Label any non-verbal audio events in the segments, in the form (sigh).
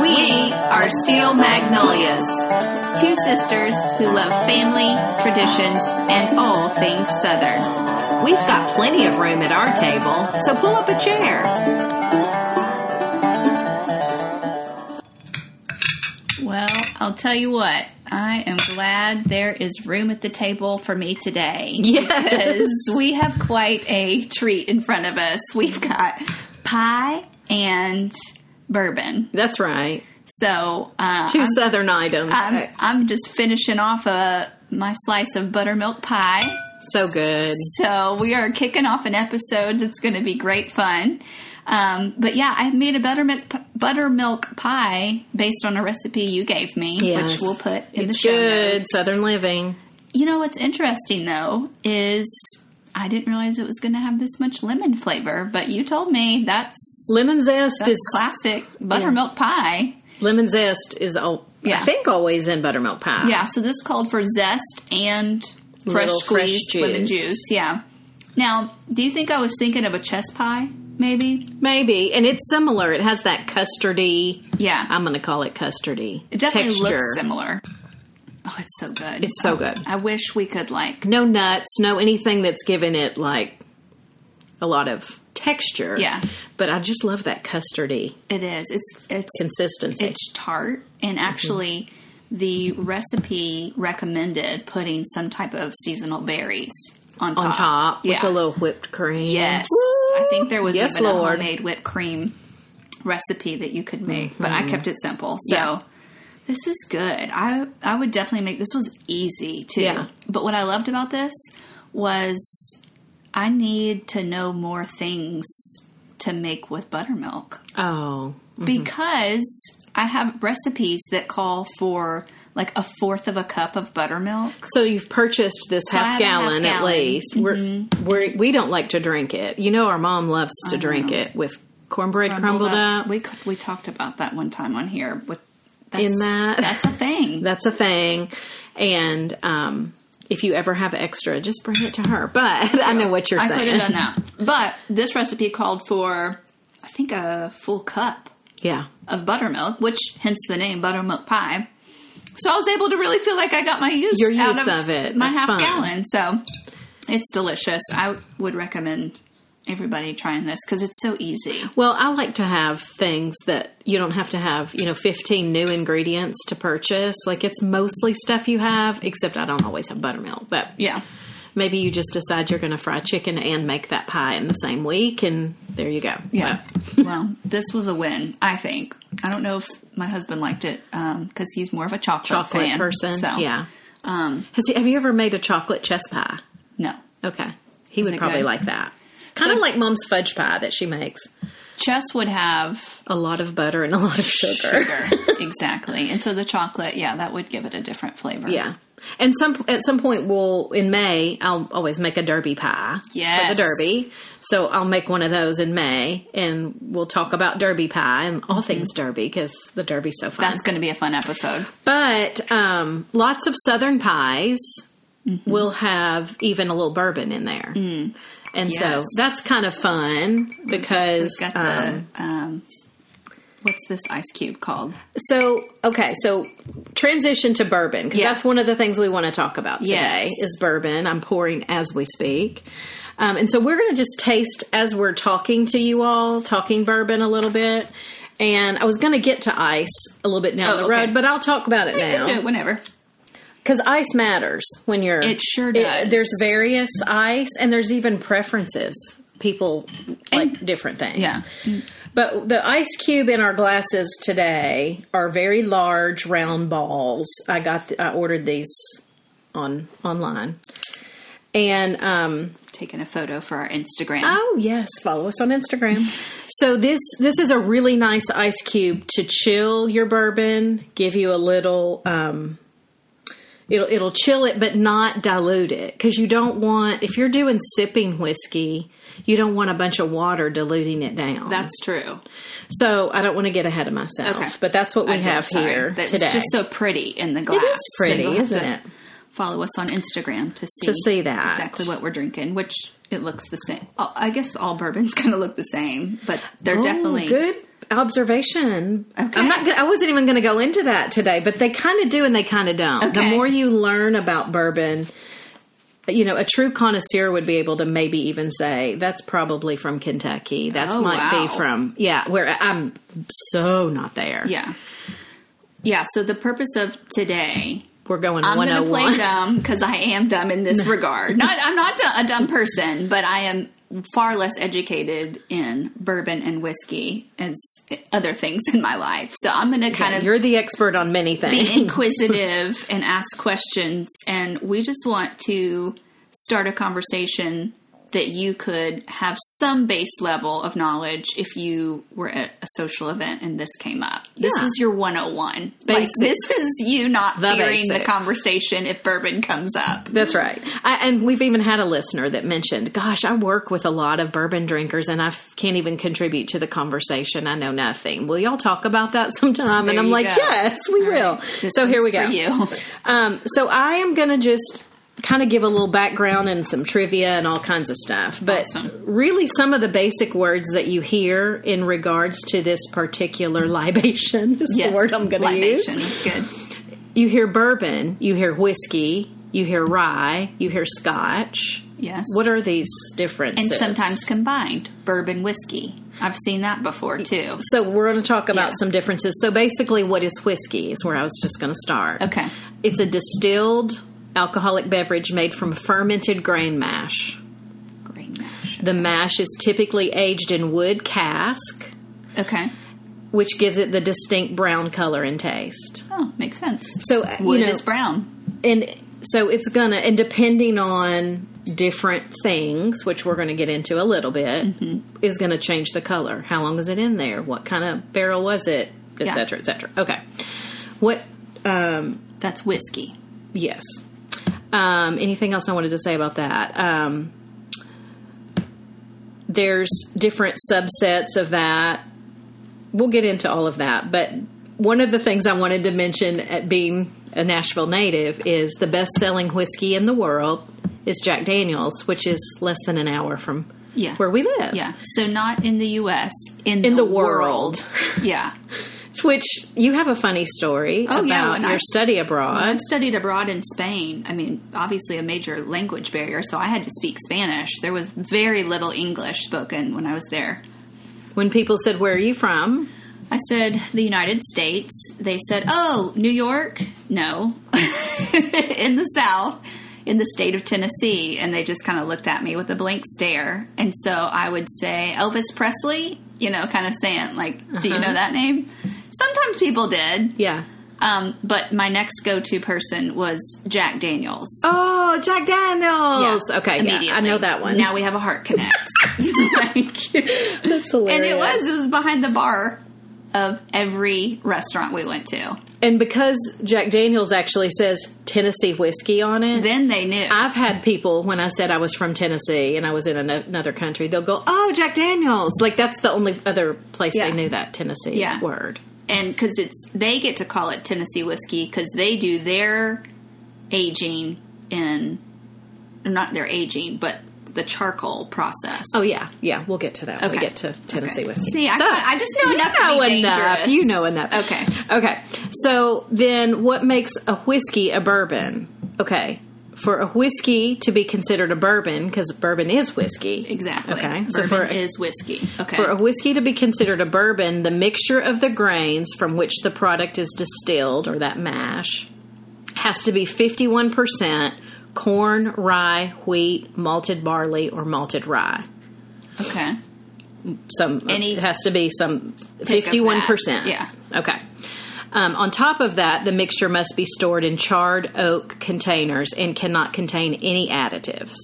We are Steel Magnolias, two sisters who love family, traditions, and all things Southern. We've got plenty of room at our table, so pull up a chair. Well, I'll tell you what, I am glad there is room at the table for me today. (laughs) Yes. Because (laughs) we have quite a treat in front of us. We've got pie and bourbon. That's right. So, uh, 2 southern items. I'm, I'm just finishing off a, my slice of buttermilk pie. so good. So, we are kicking off an episode that's going to be great fun. Um, but yeah, I made a buttermilk, buttermilk pie based on a recipe you gave me, Yes. which we'll put in the It's show. good. notes. Southern living. You know what's interesting though is I didn't realize it was going to have this much lemon flavor, but you told me that's, Lemon zest that's is classic buttermilk pie. lemon zest is al- Yeah. I think always in buttermilk pie. Yeah, so this called for zest and fresh Little fresh squeezed lemon juice. juice. Yeah. Now, do you think I was thinking of a chess pie? Maybe. Maybe. And it's similar. It has that custardy. Yeah. I'm going to call it custardy. it definitely Um, texture. looks similar. Oh, it's so good. It's so good. I wish we could like. No nuts, no anything that's given it like a lot of texture. Yeah. But I just love that custardy It is. It's it's consistency. it's tart and actually the recipe recommended putting some type of seasonal berries on top. on top yeah. with a little whipped cream. Yes. Woo! I think there was Yes, even a Lord. homemade whipped cream recipe that you could make, but I kept it simple. So Mm-hmm. Yeah. this is good. I I would definitely make this was easy too. Yeah. But what I loved about this was I need to know more things to make with buttermilk Oh. because I have recipes that call for like a fourth of a cup of buttermilk. So you've purchased this I half have a half gallon at gallon. Mm-hmm. least. We're, we're, we don't like to drink it. You know, our mom loves to drink it with cornbread crumbled, up. We c- we talked about that one time on here with that's, In that- that's a thing. That's a thing. And um, if you ever have extra, just bring it to her. (laughs) But (laughs) I know what you're I could saying. (laughs) have done that, but this recipe called for I think a full cup Yeah. of buttermilk, which hence the name buttermilk pie. So I was able to really feel like I got my use Your out use of it. my That's half fun. gallon. So it's delicious. I would recommend everybody trying this because it's so easy. Well, I like to have things that you don't have to have, you know, 15 new ingredients to purchase. Like it's mostly stuff you have, except I don't always have buttermilk, but Yeah. maybe you just decide you're going to fry chicken and make that pie in the same week and there you go. Yeah. well, this was a win, I think. I don't know if my husband liked it because he's more of a chocolate, But chocolate fan, person. So, um, Yeah. Has he, have you ever made a chocolate chess pie? No. Okay. He would it probably good? like that. Kind of So- like mom's fudge pie that she makes. Chess would have A lot of butter and a lot of sugar. sugar. exactly. And so the chocolate, yeah, that would give it a different (laughs) flavor. Yeah. And some at some point we'll in May I'll always make a derby pie. For Yes. the derby. So I'll make one of those in May and we'll talk about derby pie and all things derby cuz the derby's so fun. Mm-hmm. That's going to be a fun episode. but um lots of southern pies Mm-hmm. will have even a little bourbon in there. And so Mm. Yes. that's kind of fun because Got um, the um, what's this ice cube called? So okay, so transition to bourbon because Yeah. that's one of the things we want to talk about today Yes. is bourbon. I'm pouring as we speak, um, and so we're going to just taste as we're talking to you all, talking bourbon a little bit. And I was going to get to ice a little bit down Oh, the okay. road, but I'll talk about it Do it now whenever. because ice matters when you're. It sure does. there's various ice, and there's even preferences. People like different things. Yeah. But the ice cube in our glasses today are very large round balls. I got th- I ordered these on online. And um Taking a photo for our Instagram. oh yes, follow us on Instagram. so this this is a really nice ice cube to chill your bourbon, give you a little um it'll it'll chill it but not dilute it cuz you don't want if you're doing sipping whiskey, you don't want a bunch of water diluting it down. That's true. So I don't want to get ahead of myself, Okay. but that's what we I did, have sorry. here That's today. just so pretty in the glass. is pretty, you'll have isn't to it? Follow us on Instagram to see To see that. exactly what we're drinking, which (laughs) it looks the same. Oh, I guess all bourbons kind of look the same, but they're Oh, definitely good observation. Okay. I'm not. Gonna, I wasn't even going to go into that today, but they kind of do and they kind of don't. The Okay. more you learn about bourbon, you know, a true connoisseur would be able to maybe even say that's probably from Kentucky. That's Oh, might wow. be from yeah. Where I'm so not there. Yeah. Yeah, so the purpose of today, We're going I'm going to 101. play dumb because I am dumb in (laughs) this regard. Not, I'm not du- a dumb person, but I am far less educated in bourbon and whiskey as other things in my life. So I'm going to kind of You're the expert on many things. be inquisitive and ask questions. And we just want to start a conversation that you could have some base level of knowledge if you were at a social event and this came up. This Yeah. is your 101. Like, this is you not The hearing the basics. conversation if bourbon comes up. That's right. I, and we've even had a listener that mentioned, "Gosh, I work with a lot of bourbon drinkers, and I f- can't even contribute to the conversation. I know nothing. Will y'all talk about that (laughs) sometime?" and There I'm you like, go. "Yes, we All will." right. This so here we one's go. (laughs) For you. Um, so I am going to just kind of give a little background and some trivia and all kinds of stuff. But Awesome. really, some of the basic words that you hear in regards to this particular (laughs) libation is Yes. the word I'm going to use. Libation. It's good. You hear bourbon, you hear whiskey, you hear rye, you hear scotch. Yes. What are these differences? and sometimes combined bourbon whiskey. I've seen that before too. So we're going to talk about Yeah. some differences. So basically, what is whiskey is where I was just going to start. Okay. It's a distilled alcoholic beverage made from fermented grain mash. Green mash. The mash is typically aged in wood cask, Okay. which gives it the distinct brown color and taste. Oh, makes sense. So uh, Wood you know, is brown. and so it's gonna and depending on different things which we're going to get into a little bit is going to change the color how long is it in there what kind of barrel was it Yeah. et cetera, et cetera. okay what um That's whiskey. yes um anything else i wanted to say about that um there's different subsets of that we'll get into all of that. But one of the things I wanted to mention at being a Nashville native is the best selling whiskey in the world is Jack Daniels, which is less than an hour from Yeah. where we live. Yeah. So not in the U.S. In, In the world. world. yeah. Which you have a funny story Oh, about yeah, when your I- study I abroad. studied abroad in Spain. I mean, obviously a major language barrier, so I had to speak Spanish. There was very little English spoken when I was there. When people said, Where are you from? I said the United States. They said, "Oh, New York? No, (laughs) in the South, in the state of Tennessee." And they just kind of looked at me with a blank stare. And so I would say Elvis Presley, you know, kind of saying like, "Do Uh-huh. you know that name?" Sometimes people did, Yeah. um, but my next go-to person was Jack Daniels. Oh, Jack Daniels. Yeah, okay, yeah, I immediately. know that one. Now we have a heart connect. (laughs) Like- That's hilarious. and it was it was behind the bar of every restaurant we went to. And because Jack Daniels actually says Tennessee whiskey on it, Then they knew. I've had people when I said I was from Tennessee and I was in ano- another country, they'll go, "Oh, Jack Daniels!" Like that's the only other place Yeah. they knew that Tennessee Yeah. word. and because it's they get to call it Tennessee whiskey because they do their aging in not their aging, but the charcoal process. Oh yeah, yeah. We'll get to that. when We Okay. get to Tennessee Okay. whiskey. See, I- I just know you enough to be enough. dangerous. You know enough. Okay. Okay. So then, what makes a whiskey a bourbon? Okay. For a whiskey to be considered a bourbon, because bourbon is whiskey. exactly. Okay. Bourbon so for a- is whiskey. Okay, For a whiskey to be considered a bourbon, the mixture of the grains from which the product is distilled, or that mash, has to be 51% corn, rye, wheat, malted barley, or malted rye. okay, Some Any- it has to be some Pick of fifty-one that, percent. yeah. Okay. Um, on top of that, the mixture must be stored in charred oak containers and cannot contain any additives.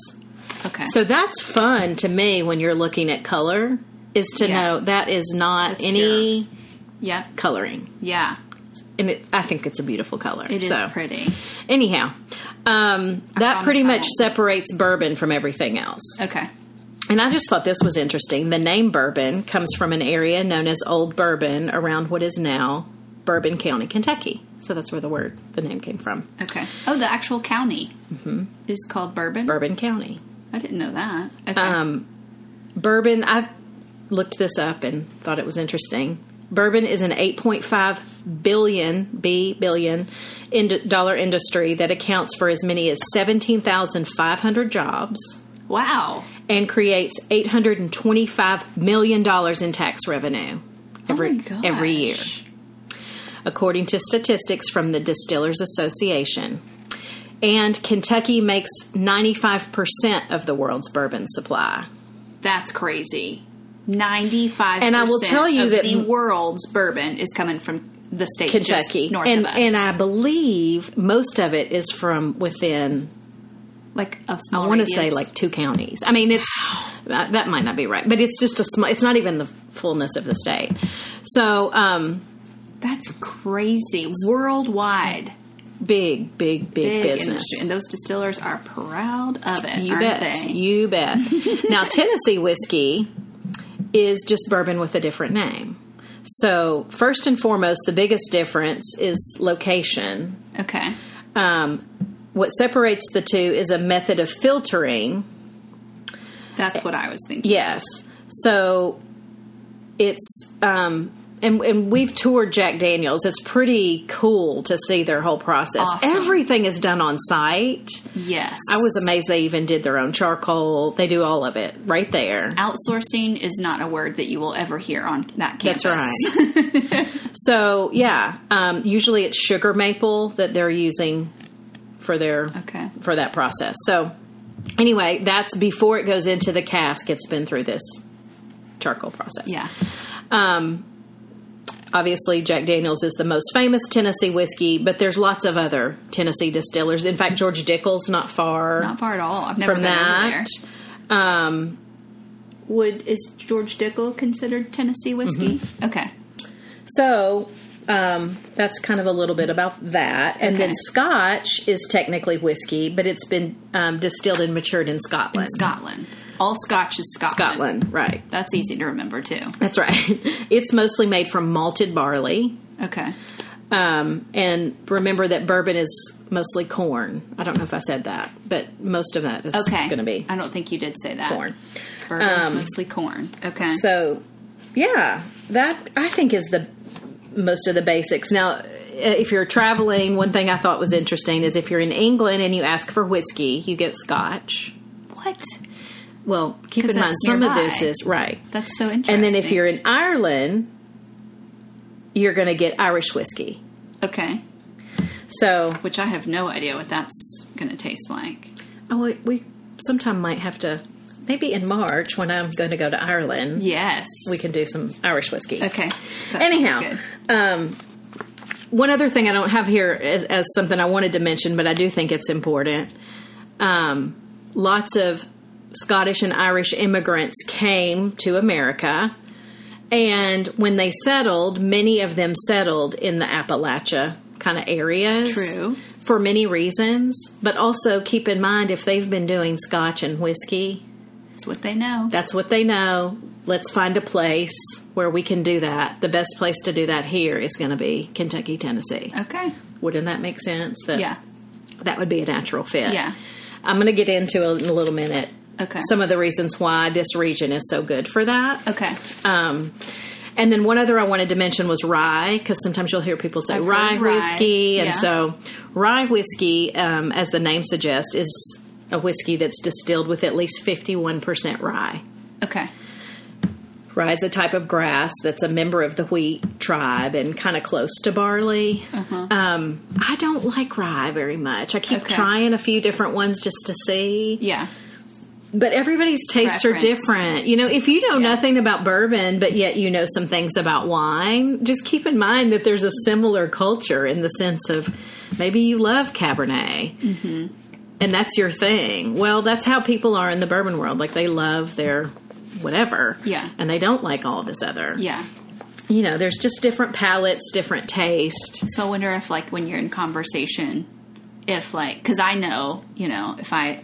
okay. So that's fun to me when you're looking at color is to Yeah. know that is not That's any yeah, coloring. yeah, And it, I think it's a beautiful color. it is so, pretty. anyhow, um, that promise pretty I much won't. separates bourbon from everything else. Okay, And I just thought this was interesting. The name bourbon comes from an area known as Old Bourbon around what is now Bourbon County, Kentucky. So that's where the word, the name came from. okay. Oh, the actual county Mm-hmm. is called Bourbon. Bourbon County. I didn't know that. Okay. Um, bourbon, I looked this up and thought it was interesting. Bourbon is an 8.5 billion b billion in dollar industry that accounts for as many as 17,500 jobs Wow. and creates 825 million dollars in tax revenue Oh every my gosh. every year according to statistics from the Distillers Association. And Kentucky makes 95% of the world's bourbon supply. That's crazy. 95 And I will tell you of that- the world's bourbon is coming from the state just Kentucky. north and, of us. and I believe most of it is from within, like a I small want to say radius. like two counties. I mean, it's, uh, that might not be right, but it's just a small, it's not even the fullness of the state. So, um, That's crazy. Worldwide. big, big, big, Big business. industry. And those distillers are proud of it. You bet. aren't They? You (laughs) bet. now, Tennessee whiskey is just bourbon with a different name. So, first and foremost, the biggest difference is location. okay. Um, what separates the two is a method of filtering. That's what I was thinking. Yes. So, it's. Um, and, and we've toured Jack Daniels. It's pretty cool to see their whole process. Awesome. Everything is done on site. Yes. I was amazed they even did their own charcoal. They do all of it right there. Outsourcing is not a word that you will ever hear on that campus. That's right. (laughs) so yeah, um, usually it's sugar maple that they're using for their Okay. for that process. So anyway, that's before it goes into the cask. It's been through this charcoal process. Yeah. Um, obviously, Jack Daniels is the most famous Tennessee whiskey, but there's lots of other Tennessee distillers. In fact, George Dickel's not far Not far at all. I've never from been over that. there. Um, Would is George Dickel considered Tennessee whiskey? Mm-hmm. Okay. So um, that's kind of a little bit about that. And Okay. then Scotch is technically whiskey, but it's been um, distilled and matured in Scotland. Scotland. All Scotch is Scotland. Scotland, right. That's easy to remember too. That's right. (laughs) it's mostly made from malted barley. Okay. Um, and remember that bourbon is mostly corn. I don't know if I said that, but most of that is Okay. going to be I don't think you did say that. corn. Bourbon's Um, mostly corn. Okay. So, yeah, that I think is the most of the basics. Now, uh, if you're traveling, one thing I thought was interesting is if you're in England and you ask for whiskey, you get scotch. what? Well, keep 'Cause in mind that's some of nearby. this is right. That's so interesting. And then if you're in Ireland, you're going to get Irish whiskey. okay, So, which I have no idea what that's going to taste like. oh, we, we sometime might have to maybe in March when I'm going to go to Ireland, Yes. we can do some Irish whiskey. Okay. That sounds (laughs) Anyhow, good. um, one other thing I don't have here as, as something I wanted to mention, but I do think it's important. Um, lots of Scottish and Irish immigrants came to America, and when they settled, many of them settled in the Appalachia kind of areas. True. For many reasons, but also keep in mind if they've been doing scotch and whiskey, That's what they know. that's what they know. Let's find a place where we can do that. The best place to do that here is going to be Kentucky, Tennessee. okay. Wouldn't that make sense? That Yeah. that would be a natural fit. Yeah. I'm going to get into it in a little minute. Okay. Some of the reasons why this region is so good for that. Okay. Um, and then one other I wanted to mention was rye, because sometimes you'll hear people say I've heard rye, rye. whiskey, and Yeah. so rye whiskey, um, as the name suggests, is a whiskey that's distilled with at least 51% rye. Okay. Rye is a type of grass that's a member of the wheat tribe and kind of close to barley. Um, I don't like rye very much. I keep Okay. trying a few different ones just to see, Yeah. but everybody's tastes Preference. are different. You know, if you know nothing about bourbon, but yet you know some things about wine, just keep in mind that there's a similar culture in the sense of maybe you love Cabernet. Mm-hmm. And that's your thing. Well, that's how people are in the bourbon world. Like they love their whatever. Yeah. And they don't like all this other Yeah. you know, there's just different palettes, different taste. So I wonder if, like, when you're in conversation, if, like, because I know, you Mm-hmm. know, if I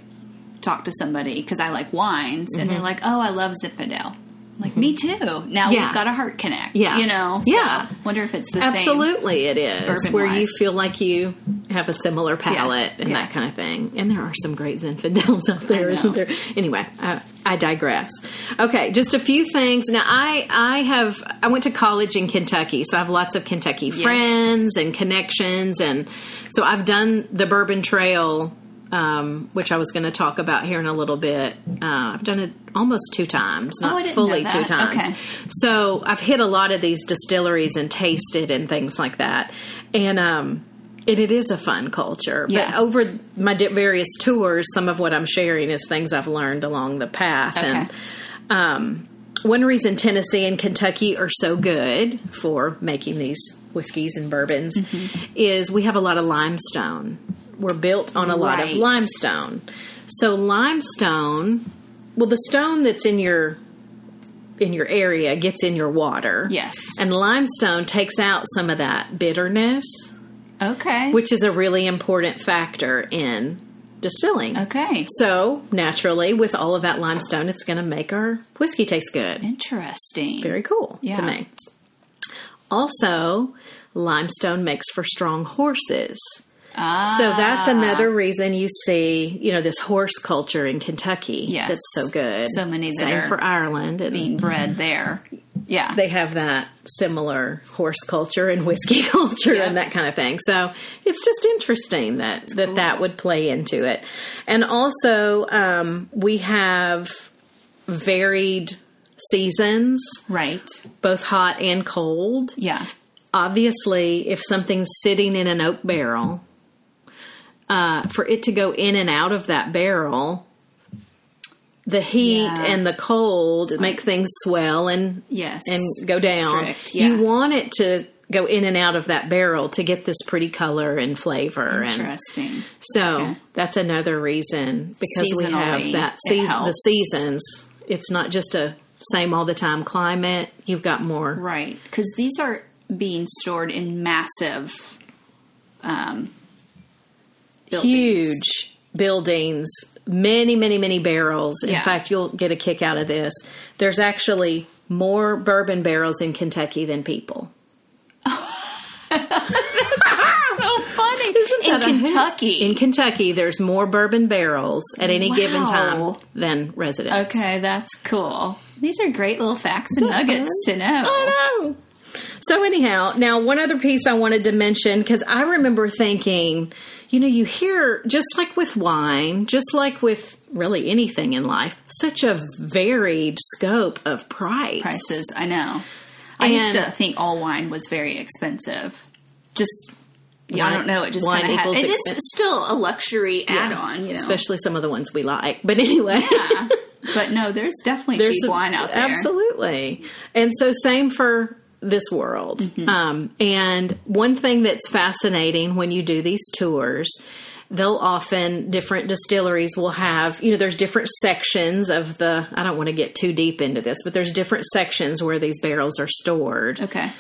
talk to somebody, because I like wines, and they're like, oh, I love Zinfandel. Like me too. Now Yeah. we've got a heart connect. Yeah. you know. So Yeah. Wonder if it's the same. Absolutely, it is. bourbon Where you wise. feel like you have a similar palate and yeah. that kind of thing. And there are some great Zinfandels out there, I isn't know. there? Anyway, I, I digress. Okay, just a few things. Now, I, I have, I went to college in Kentucky, so I have lots of Kentucky friends and connections. And so I've done the Bourbon Trail. Um, which I was going to talk about here in a little bit. Uh, I've done it almost two times, not Oh, I didn't know fully two that. times. Okay. So I've hit a lot of these distilleries and tasted and things like that, and um, it, it is a fun culture. But Yeah. over my di- various tours, some of what I'm sharing is things I've learned along the path, and Okay. um, one reason Tennessee and Kentucky are so good for making these whiskeys and bourbons Mm-hmm. is we have a lot of limestone. We're built on a lot of Right. limestone. So limestone, well the stone that's in your in your area gets in your water. Yes. And limestone takes out some of that bitterness, Okay. which is a really important factor in distilling. okay. So, naturally, with all of that limestone, it's going to make our whiskey taste good Interesting. very cool Yeah. to me. Also, limestone makes for strong horses. Ah. So that's another reason you see, you know, this horse culture in Kentucky Yes. that's so good. So many that Same are for Ireland, and being bred there. Yeah. they have that similar horse culture and whiskey (laughs) culture Yeah. and that kind of thing. So it's just interesting that that that would play into it. And also, um, we have varied seasons right. both hot and cold. Yeah. Obviously, if something's sitting in an oak barrel, uh, for it to go in and out of that barrel, the heat Yeah. and the cold make things swell and Yes. and go down. Constrict, yeah. You want it to go in and out of that barrel to get this pretty color and flavor and Interesting. so that's another reason because we have Seasonally, that it season, the helps. seasons. It's not just a same all the time climate. You've got more Right. Because these are being stored in massive. Um, buildings. huge buildings, many, many, many barrels. In Yeah. fact, you'll get a kick out of this. There's actually more bourbon barrels in Kentucky than (laughs) people. So funny. that in a hoot? Kentucky. In Kentucky, there's more bourbon barrels at any given time Wow. than residents. okay, that's cool. These are great little facts and nuggets to know. Mm-hmm. (laughs) I know. So anyhow, now one other piece I wanted to mention because I remember thinking, you know, you hear just like with wine, just like with really anything in life, such a varied scope of price. Prices. I know. I used And- to think all wine was very expensive. Just. Yeah, I Wine- don't know. It just wine kind of had. equals It is expen- still a luxury add-on, you know. especially some of the ones we like. But anyway, yeah. But no, there's definitely there's cheap a- wine out there. Absolutely. And so same for this world. Mm-hmm. Um, and one thing that's fascinating when you do these tours, they'll often different distilleries will have, you know, there's different sections of the I don't want to get too deep into this, but there's different sections where these barrels are stored. Okay.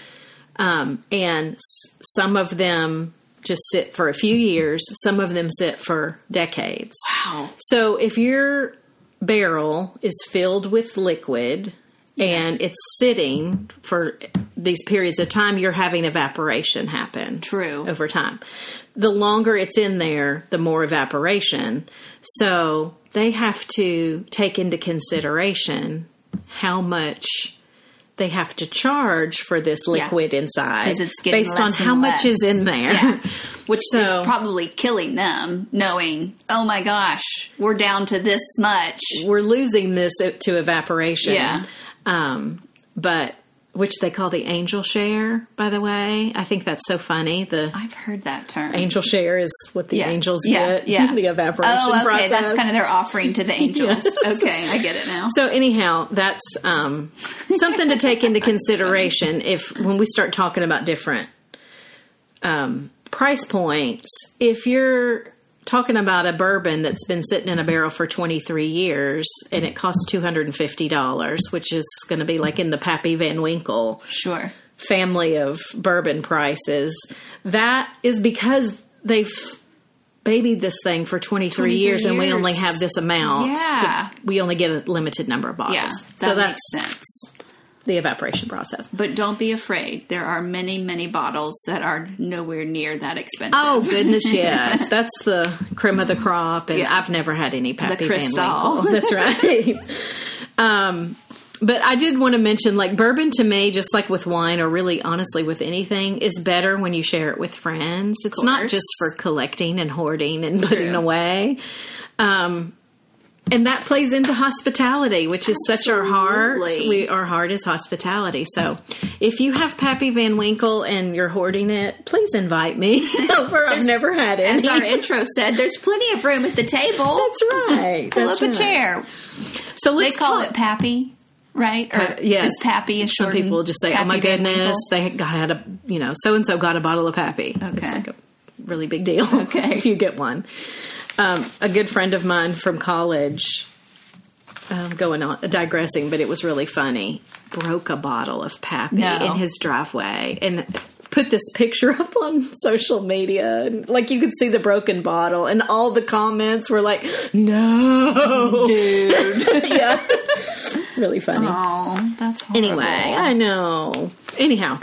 Um, and s- some of them just sit for a few years, some of them sit for decades. Wow. So if your barrel is filled with liquid and it's sitting for these periods of time, you're having evaporation happen. True. Over time. The longer it's in there, the more evaporation. So they have to take into consideration how much they have to charge for this liquid inside 'Cause it's getting based on less how and much less. is in there. Which So- is probably killing them, knowing, oh my gosh, we're down to this much. (laughs) we're losing this e, to evaporation. Yeah. Um, but which they call the angel share, by the way. I think that's so funny. The I've heard that term. angel share is what the Yeah. angels Yeah. get. (laughs) Yeah. The evaporation Oh, okay. process. That's kind of their offering (laughs) to the angels. Okay, I get it now. so anyhow, that's um, something to take into consideration if when we start talking about different um, price points. If you're talking about a bourbon that's been sitting in a barrel for 23 years and it costs $250, which is going to be like in the Pappy Van Winkle Sure. family of bourbon prices. That is because they've babied this thing for 23, 23 years, and we years. only have this amount. to- Yeah. we only get a limited number of bottles. Yeah, that so that's makes sense. the evaporation process. But don't be afraid. There are many, many bottles that are nowhere near that expensive. Oh (laughs) goodness, yes, that's the creme of the crop, and Yeah. I've never had any Pappy Van Cristal. Winkle. (laughs) That's right. um, but I did want to mention, like bourbon to me, just like with wine, or really honestly with anything, is better when you share it with friends. It's not course. just for collecting and hoarding and putting True. away. Um, and that plays into hospitality, which is such our heart. Absolutely. We our heart is hospitality. So, if you have Pappy Van Winkle and you're hoarding it, please invite me (laughs) over. I've never had As any. our intro said, there's plenty of room at the table. That's right. Pull That's up a right. chair. So They let's call talk- it pappy, right? Or Uh, yes. is pappy a Some shortened people just say, "Oh my Pappy Van goodness, Winkle? they got had a you know so and so got a bottle of Pappy." It's Okay. like a really big deal. (laughs) Okay. if you get one. Um, a good friend of mine from college, um, going on digressing, but it was really funny. Broke a bottle of Pappy No. in his driveway and put this picture (laughs) up on social media and like you could see the broken bottle and all the comments were like (laughs) no (laughs) Dude. yeah really funny oh, that's horrible. Anyway, I know. Anyhow,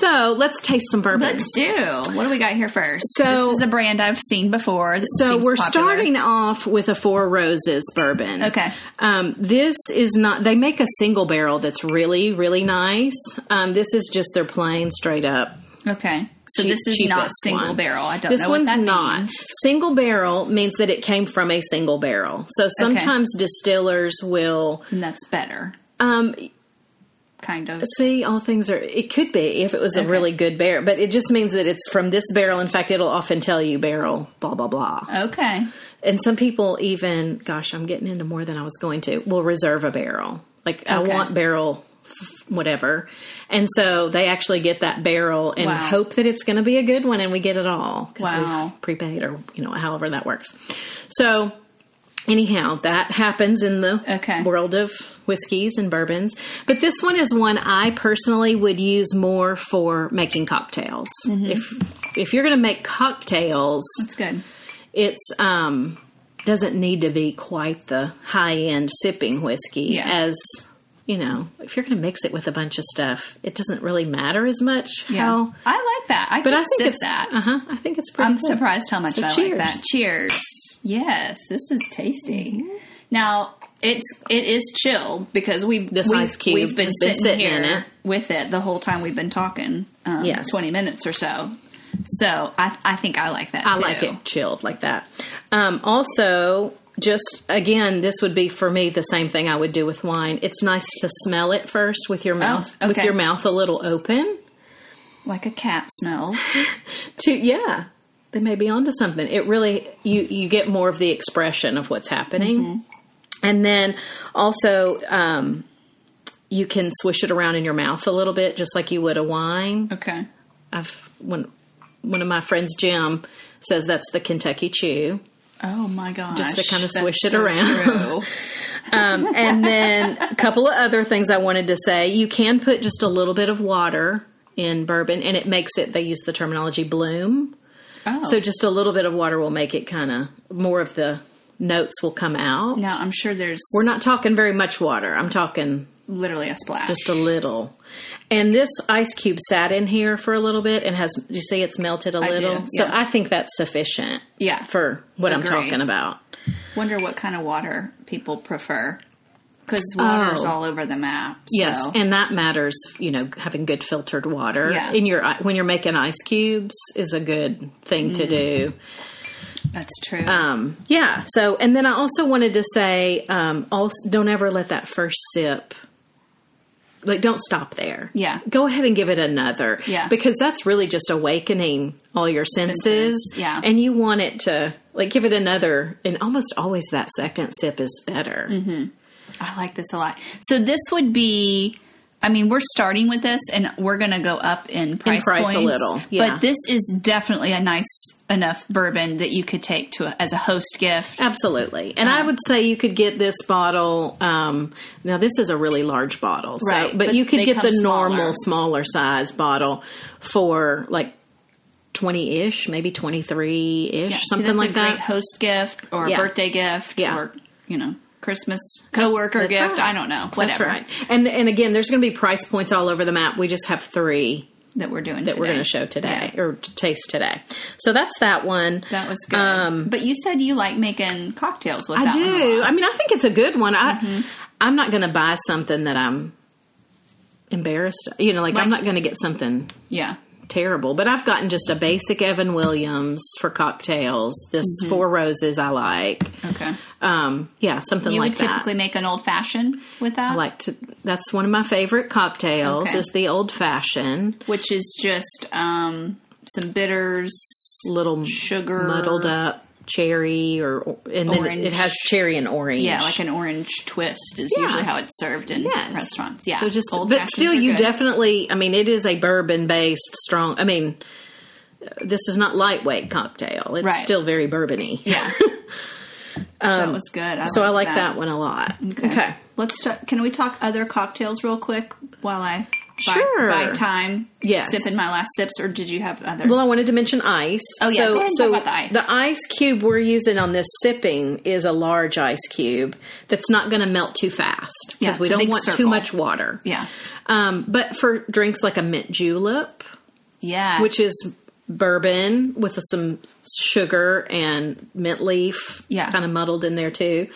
so let's taste some bourbon. Let's do. What do we got here first? So- this is a brand I've seen before. This So seems we're popular. starting off with a Four Roses bourbon. Okay. Um, this is not. They make a single barrel that's really, really nice. Um, this is just their plain, straight up. Okay, so cheap- this is not cheapest single one. barrel. I don't This know. one's what that not. means. Single barrel means that it came from a single barrel. So sometimes distillers will and that's better. um, Kind of. See, all things are. It could be if it was a really good barrel, but it just means that it's from this barrel. In fact, it'll often tell you barrel, blah blah blah. Okay. And some people even, gosh, I'm getting into more than I was going to. Will reserve a barrel, like I Okay. want barrel, f- whatever, and so they actually get that barrel and Wow. hope that it's going to be a good one, and we get it all because Wow. we've prepaid or you know however that works. So anyhow, that happens in the Okay. world of whiskeys and bourbons. But this one is one I personally would use more for making cocktails. Mm-hmm. If if you're going to make cocktails, That's good. it's um doesn't need to be quite the high end sipping whiskey Yeah. as you know, if you're going to mix it with a bunch of stuff, it doesn't really matter as much Yeah. how. I like that. I But could I think sip it's that. Uh huh. I think it's pretty. I'm good. surprised how much So I cheers. like that. Cheers. Yes, this is tasty. Now it's it is chill because we've This we've, ice cube we've been, has been sitting, sitting in here it. with it the whole time we've been talking. Um, Yes. twenty minutes or so. So I I think I like that. I too. like it chilled like that. Um, also, just again, this would be for me the same thing I would do with wine. It's nice to smell it first with your mouth, with Oh, okay. your mouth a little open. Like a cat smells. To yeah, they may be onto something. It really you you get more of the expression of what's happening, and then also. Um, you can swish it around in your mouth a little bit, just like you would a wine. Okay. I've when one of my friends, Jim, says that's the Kentucky Chew. Oh my gosh! Just to kind of that's swish it so around. (laughs) true. and then a couple of other things I wanted to say. You can put just a little bit of water in bourbon, and it makes it. They use the terminology bloom. Oh. So just a little bit of water will make it kind of more of the notes will come out. now I'm sure there's We're not talking very much water. I'm talking literally a splash. just a little. And this ice cube sat in here for a little bit and has. You see, it's melted a do, little. So yeah. I think that's sufficient. Yeah. For what I'm Agree. talking about. Wonder what kind of water people prefer because water's Oh. all over the map. Yes, so- and that matters. You know, having good filtered water Yeah. in your when you're making ice cubes is a good thing Mm. to do. that's true. Um, yeah. So, and then I also wanted to say, um, also, don't ever let that first sip. Like, don't stop there. Yeah. Go ahead and give it another. Yeah. Because that's really just awakening all your senses. Senses, yeah. And you want it to, like, give it another. And almost always that second sip is better. I like this a lot. So this would be. I mean, we're starting with this, and we're going to go up in price, price a points, little, yeah. But this is definitely a nice enough bourbon that you could take to a, as a host gift. Absolutely. And I would say you could get this bottle. Um, now, this is a really large bottle. So, Right, But, but you could they get the come normal, smaller size bottle for like twenty ish, maybe twenty three ish, Yeah, see, something that's like a that. Great host gift or a Yeah. birthday gift Yeah. or you know Christmas coworker That's gift. right. I don't know. Whatever That's right. And and again, there's going to be price points all over the map. We just have three that we're doing that we're going to show today or t- taste today. So that's that one. Um, That was good. but you said you like making cocktails with I that one Mm-hmm. a do. lot. I mean, I think it's a good one. I I'm not going to buy something that I'm embarrassed. You know, like, Like- I'm not going to get something Yeah. terrible, but I've gotten just a basic Evan Williams for cocktails. This Mm-hmm. Four Roses I like. Okay. Um, yeah, something You like would that. typically make an old fashioned with that, I like to. That's one of my favorite cocktails. Okay. Is the old fashioned which is just um, some bitters, little sugar, muddled up cherry or and then Orange. it has cherry and orange. Yeah, like an orange twist is Yeah. usually how it's served in restaurants. Yeah. So just Old but fashions still are you good. definitely I mean it is a bourbon based strong I mean this is not lightweight cocktail. It's Right. still very bourbony. (laughs) Yeah. that was good. I Um, So I like liked that. one a lot. Okay. Let's talk. Can we talk other cocktails real quick while I buy, Sure. buy time Yes. sipping my last sips, or did you have other? Well, I wanted to mention ice. Oh, yeah. so, Go ahead and so talk about the ice. ice cube we're using on this sipping is a large ice cube that's not going to melt too fast because Yeah, it's we a don't big want too circle. much water. yeah, Um, but for drinks like a mint julep, yeah. which is bourbon with some sugar and mint leaf, Yeah. kind of muddled in there too.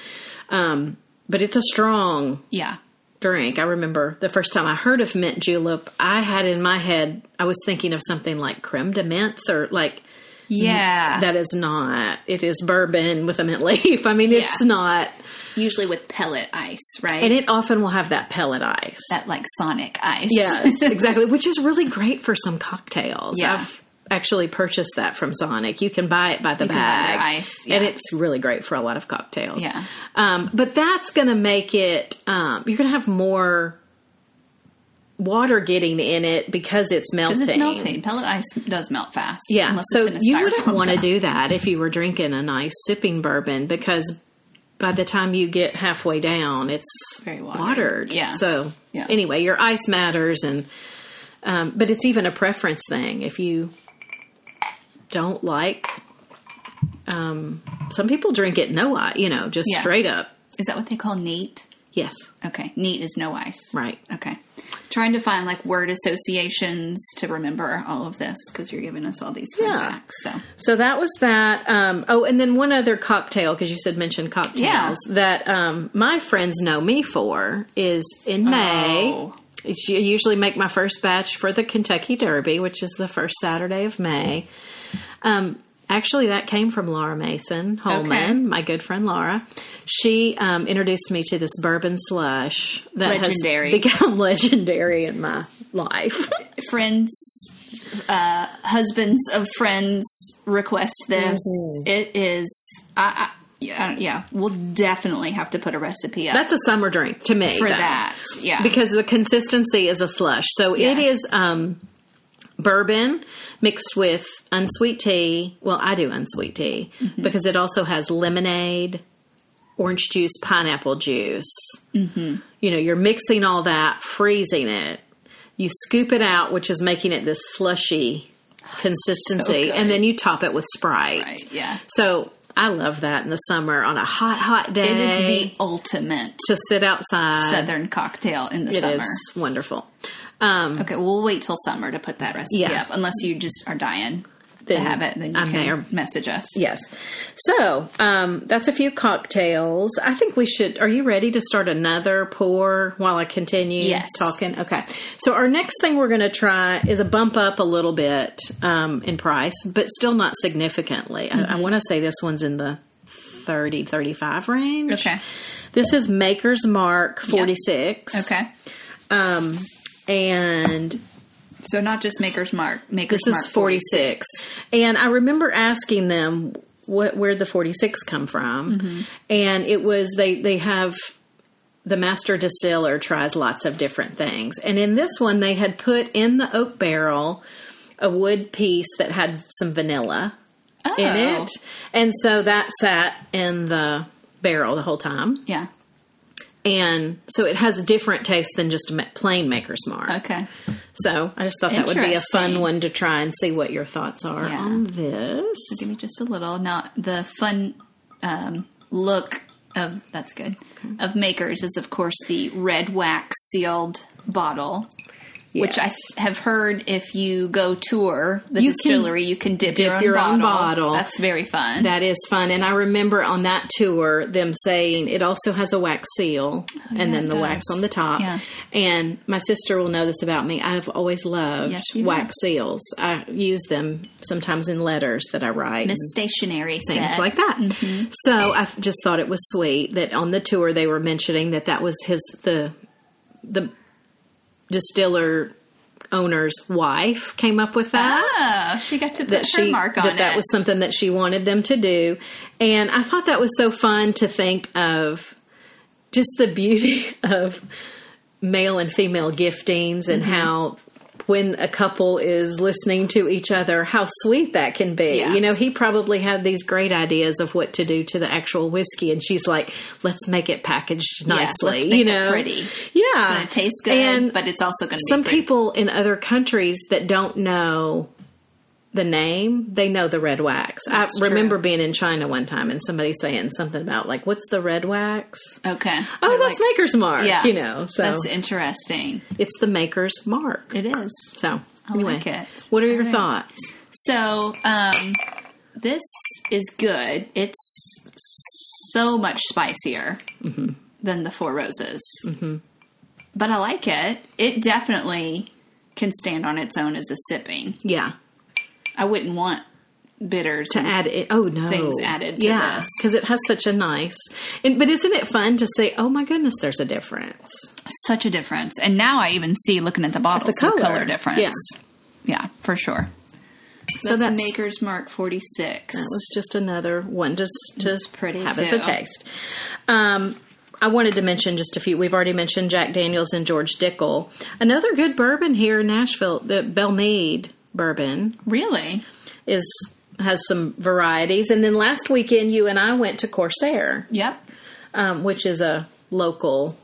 Um, but it's a strong yeah, drink. I remember the first time I heard of mint julep, I had in my head I was thinking of something like creme de menthe or like yeah. Mm-hmm. that is not. It is bourbon with a mint (laughs) leaf. I mean, it's Yeah. not, usually with pellet ice, right? and it often will have that pellet ice. that like Sonic ice. Yes, (laughs) exactly. Which is really great for some cocktails. Yeah. I've actually purchased that from Sonic. You can buy it by the You can buy bag. their ice, And yeah. it's really great for a lot of cocktails. Yeah. Um, but that's going to make it, um, you're going to have more water getting in it because it's melting. Because it's melting. Pellet ice does melt fast. Yeah. unless So it's in a you wouldn't styrofoam want to cup. do that if you were drinking a nice sipping bourbon because by the time you get halfway down, it's Very watered. Yeah. Yeah. So Yeah. anyway, your ice matters, and um, but it's even a preference thing. If you don't like, um, some people drink it no ice. You know, just Yeah. straight up. Is that what they call neat? Yes. Okay, neat is no ice. Right. Okay. Trying to find like word associations to remember all of this because you're giving us all these fun Yeah. facts. So So that was that. Um, oh, and then one other cocktail because you said mention cocktails Yeah. that um, my friends know me for is in May. Oh. It's I usually make my first batch for the Kentucky Derby, which is the first Saturday of May. Um, actually, that came from Laura Mason Holman, Okay. my good friend Laura. She um, introduced me to this bourbon slush that Legendary. has become (laughs) legendary in my life. friends, uh, husbands of friends request this. Mm-hmm. It is, I, I, yeah, I don't- yeah, we'll definitely have to put a recipe up That's a summer drink to me for though. that. Yeah. because the consistency is a slush. So it Yeah. is um, bourbon mixed with unsweet tea. Well, I do unsweet tea Mm-hmm. because it also has lemonade, orange juice, pineapple juice. Mm-hmm. You know, you're mixing all that, freezing it. You scoop it out, which is making it this slushy consistency, Oh, good. and then you top it with Sprite. Right, yeah. So I love that in the summer on a hot, hot It is day the ultimate to sit outside. Southern cocktail in the It is summer. wonderful. Um, Okay, well, we'll wait till summer to put that recipe Yeah. up, unless you just are dying Then to have it. Then you I'm can there. message us. yes. So um, that's a few cocktails. I think we should. Are you ready to start another pour while I continue Yes. talking? Okay. So our next thing we're going to try is a bump up a little bit um, in price, but still not significantly. I, I Mm-hmm. want to say this one's in the 30 35 range. Okay. This is Maker's Mark 46. Okay, Um, and so not just Maker's Mark. Maker's This Mark is 46. And I remember asking them what where the 46 come from. And it was they they have the master distiller tries lots of different things. And in this one they had put in the oak barrel a wood piece that had some vanilla Oh. in it. And so that sat in the barrel the whole time. Yeah. and so it has a different taste than just a ma- plain Maker's Mark. Okay. So I just thought that would be a Uh, Interesting. fun one to try and see what your thoughts are Yeah. on this. Give me just a little. Now the fun um, look of that's good of makers is of course the red wax sealed bottle. Which I Yes. s- have heard if you go tour the You can distillery, you can dip, your, own, your bottle. own bottle. That's very fun. That is fun. And I remember on that tour them saying it also has a wax seal and then Oh, it the wax does. on the top. Yeah. And my sister will know this about me. I've always loved Yes, you wax seals. I use them sometimes in letters that I write. Miss Mm-hmm. Stationery and Things said. like that. So I f- just thought it was sweet that on the tour they were mentioning that that was his the the distiller owner's wife came up with that Oh, she got to put Ah, that her she mark on that it. that was something that she wanted them to do and i thought that was so fun to think of just the beauty (laughs) of male and female giftings and Mm-hmm. how when a couple is listening to each other how sweet that can be Yeah. you know he probably had these great ideas of what to do to the actual whiskey and she's like let's make it packaged Yeah, nicely let's you make it know pretty. yeah It's gonna taste good, uh, And but it's also going to some be pretty. people in other countries that don't know the name, they know the red wax. That's I true. remember being in China one time and somebody saying something about like, "What's the red wax?" Okay. Oh, They're that's like, Maker's Mark. yeah. you know, so That's interesting. it's the Maker's Mark. It is. So I anyway, like it. what are your All right. thoughts? So, um, this is good. It's so much spicier Mm-hmm. than the Four Roses. Mm-hmm. But I like it. It definitely can stand on its own as a sipping. Yeah, I wouldn't want bitters. to add it. Oh no, Things added to yeah, this. because it has such a nice. And, but isn't it fun to say, "Oh my goodness, there's a difference"? Such a difference. And now I even see, looking at the bottles, the color, color. difference. Yeah. Yeah, for sure. So that's, that's- Maker's Mark 46. That was just another one just to pretty, have as a too. taste. Um, I wanted to mention just a few. We've already mentioned Jack Daniels and George Dickel. Another good bourbon here in Nashville, the Belmead bourbon Really? is has some varieties. And then last weekend, you and I went to Corsair, Yep. um, which is a local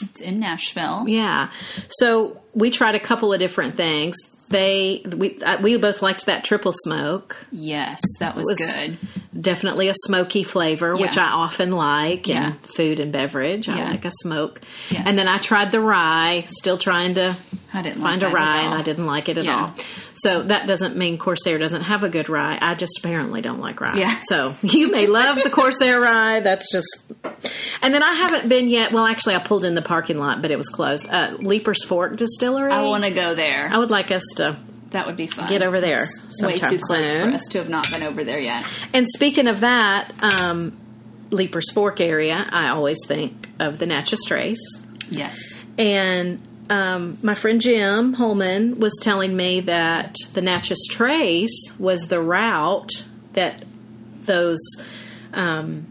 It's in Nashville. Yeah. So we tried a couple of different things. They we uh, we both liked that triple smoke. Yes, that was, was good. Definitely a smoky flavor, which Yeah. I often like Yeah. in food and beverage. I Yeah. like a smoke. Yeah. And then I tried the rye, still trying to I didn't find like a that at rye, and all. I didn't like it at Yeah. all. So that doesn't mean Corsair doesn't have a good rye. I just apparently don't like rye. Yeah. So you may love the Corsair rye. That's just. And then I haven't been yet. Well, actually, I pulled in the parking lot, but it was closed. Uh, Leaper's Fork Distillery. I want to go there. I would like us to That would be fun. get over there. Way sometime too close soon. for us to have not been over there yet. And speaking of that, um, Leaper's Fork area, I always think of the Natchez Trace. Yes. And um, my friend Jim Holman was telling me that the Natchez Trace was the route that those um,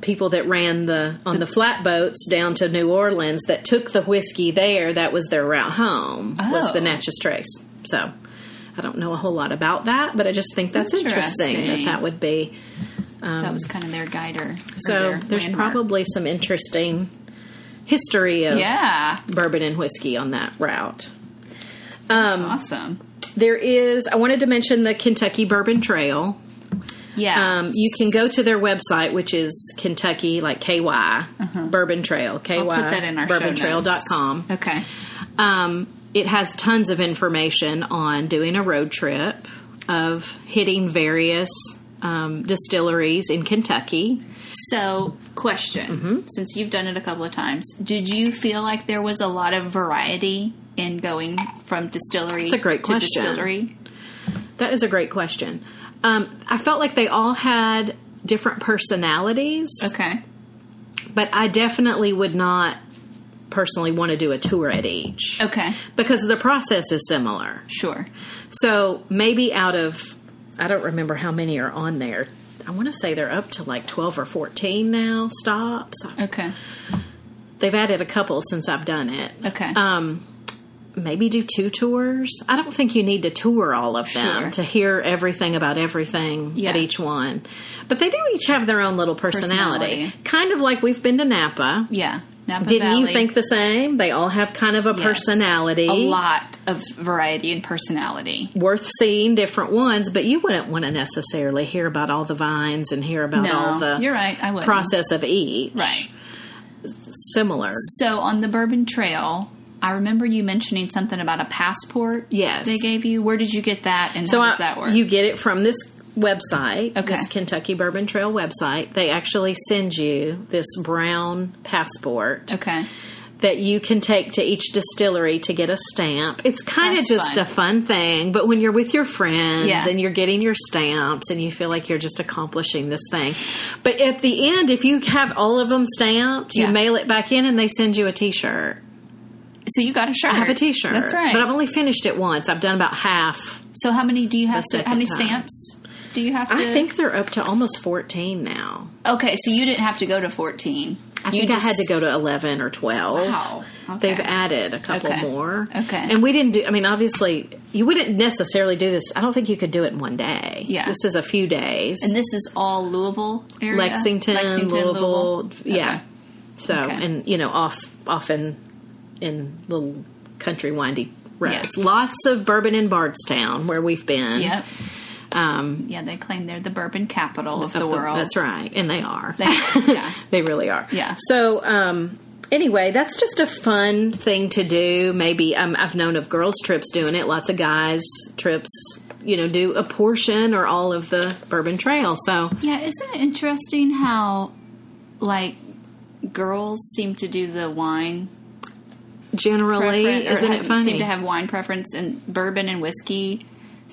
people that ran the on the flatboats down to New Orleans that took the whiskey there, that was their route home, was the Oh. Natchez Trace. So I don't know a whole lot about that, but I just think that's interesting that Interesting. that would be that was kind of their guider. or Um, so their there's landmark. probably some interesting history of Yeah. bourbon and whiskey on that route. Um, That's awesome. There is, I wanted to mention the Kentucky Bourbon Trail. Yeah. Um, you can go to their website, which is Kentucky, like KY, Bourbon Trail, KY, Uh-huh. I'll put that in our show notes. bourbontrail.com. Okay. Um, it has tons of information on doing a road trip, of hitting various um, distilleries in Kentucky. So, question. Mm-hmm. Since you've done it a couple of times, did you feel like there was a lot of variety in going from distillery a great to question. distillery? That is a great question. Um, I felt like they all had different personalities, Okay. but I definitely would not personally want to do a tour at each Okay. because the process is similar. Sure. So maybe out of, I don't remember how many are on there. I want to say they're up to like 12 or 14 now stops. Okay. They've added a couple since I've done it. Okay. Um, maybe do two tours. I don't think you need to tour all of them Sure. to hear everything about everything Yeah. at each one. But they do each have their own little personality. Personality. Kind of like we've been to Napa. Yeah. Napa Didn't you Valley. think the same? They all have kind of a Yes. personality. A lot of variety and personality. Worth seeing different ones, but you wouldn't want to necessarily hear about all the vines and hear about No, all the you're right. I wouldn't. process of each. Right. Similar. So on the Bourbon Trail, I remember you mentioning something about a passport. Yes. They gave you. Where did you get that? And So how does I- that work? You get it from this website, Okay. this Kentucky Bourbon Trail website. They actually send you this brown passport okay. that you can take to each distillery to get a stamp. It's kind of That's just fun. a fun thing, but when you're with your friends Yeah. and you're getting your stamps and you feel like you're just accomplishing this thing. But at the end, if you have all of them stamped, you Yeah. mail it back in and they send you a t shirt. So you got a shirt. I have a t shirt. That's right. But I've only finished it once. I've done about half so how many do you have? To, second how many time. stamps do you have to? I think they're up to almost 14 now. Okay, so you didn't have to go to fourteen. I think I had to go to 11 or 12. Wow. Okay. They've added a couple Okay. more. Okay. And we didn't do, I mean, obviously, you wouldn't necessarily do this. I don't think you could do it in one day. Yeah. This is a few days. And this is all Louisville area, Lexington, Louisville. Yeah. Okay. So, Okay. and, you know, off often in little country windy roads. Yeah. Lots of bourbon in Bardstown where we've been. Yep. Um, Yeah, they claim they're the bourbon capital of, the, of the- world. That's right. And they are. (laughs) They- yeah. They really are. Yeah. So, um, anyway, that's just a fun thing to do. Maybe um, I've known of girls' trips doing it. Lots of guys' trips, you know, do a portion or all of the Bourbon Trail. So, Yeah, isn't it interesting how, like, girls seem to do the wine generally, preference, or isn't have- it funny? seem to have wine preference, and bourbon and whiskey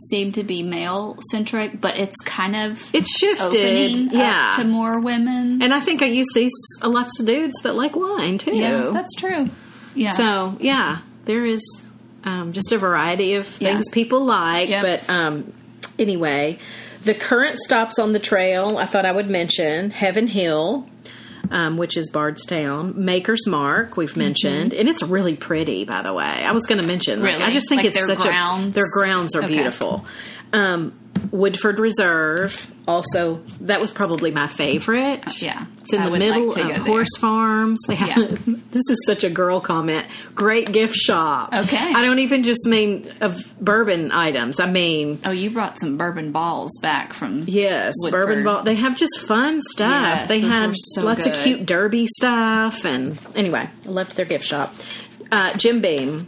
seem to be male centric, but it's kind of it's shifted. opening yeah. up to more women. and I think I you see s- uh, lots of dudes that like wine too. yeah, that's true. Yeah, So yeah, there is um, just a variety of Yeah. things people like. Yep. But um, anyway, the current stops on the trail I thought I would mention Heaven Hill. Um, which is Bardstown, Maker's Mark we've Mm-hmm. mentioned, and it's really pretty, by the way. I was going to mention, like, Really? I just think Like it's their such a grounds? their grounds are Okay. beautiful. Um, Woodford Reserve, also that was probably my favorite. Yeah. it's in I the would like middle to go of there. horse farms. They have, Yeah. (laughs) this is such a girl comment. Great gift shop. Okay. I don't even just mean of bourbon items. I mean, oh, you brought some bourbon balls back from yes, Woodford. bourbon ball. They have just fun stuff. Yes, they those have were so lots of good. cute derby stuff. And anyway, I loved their gift shop. Uh, Jim Beam,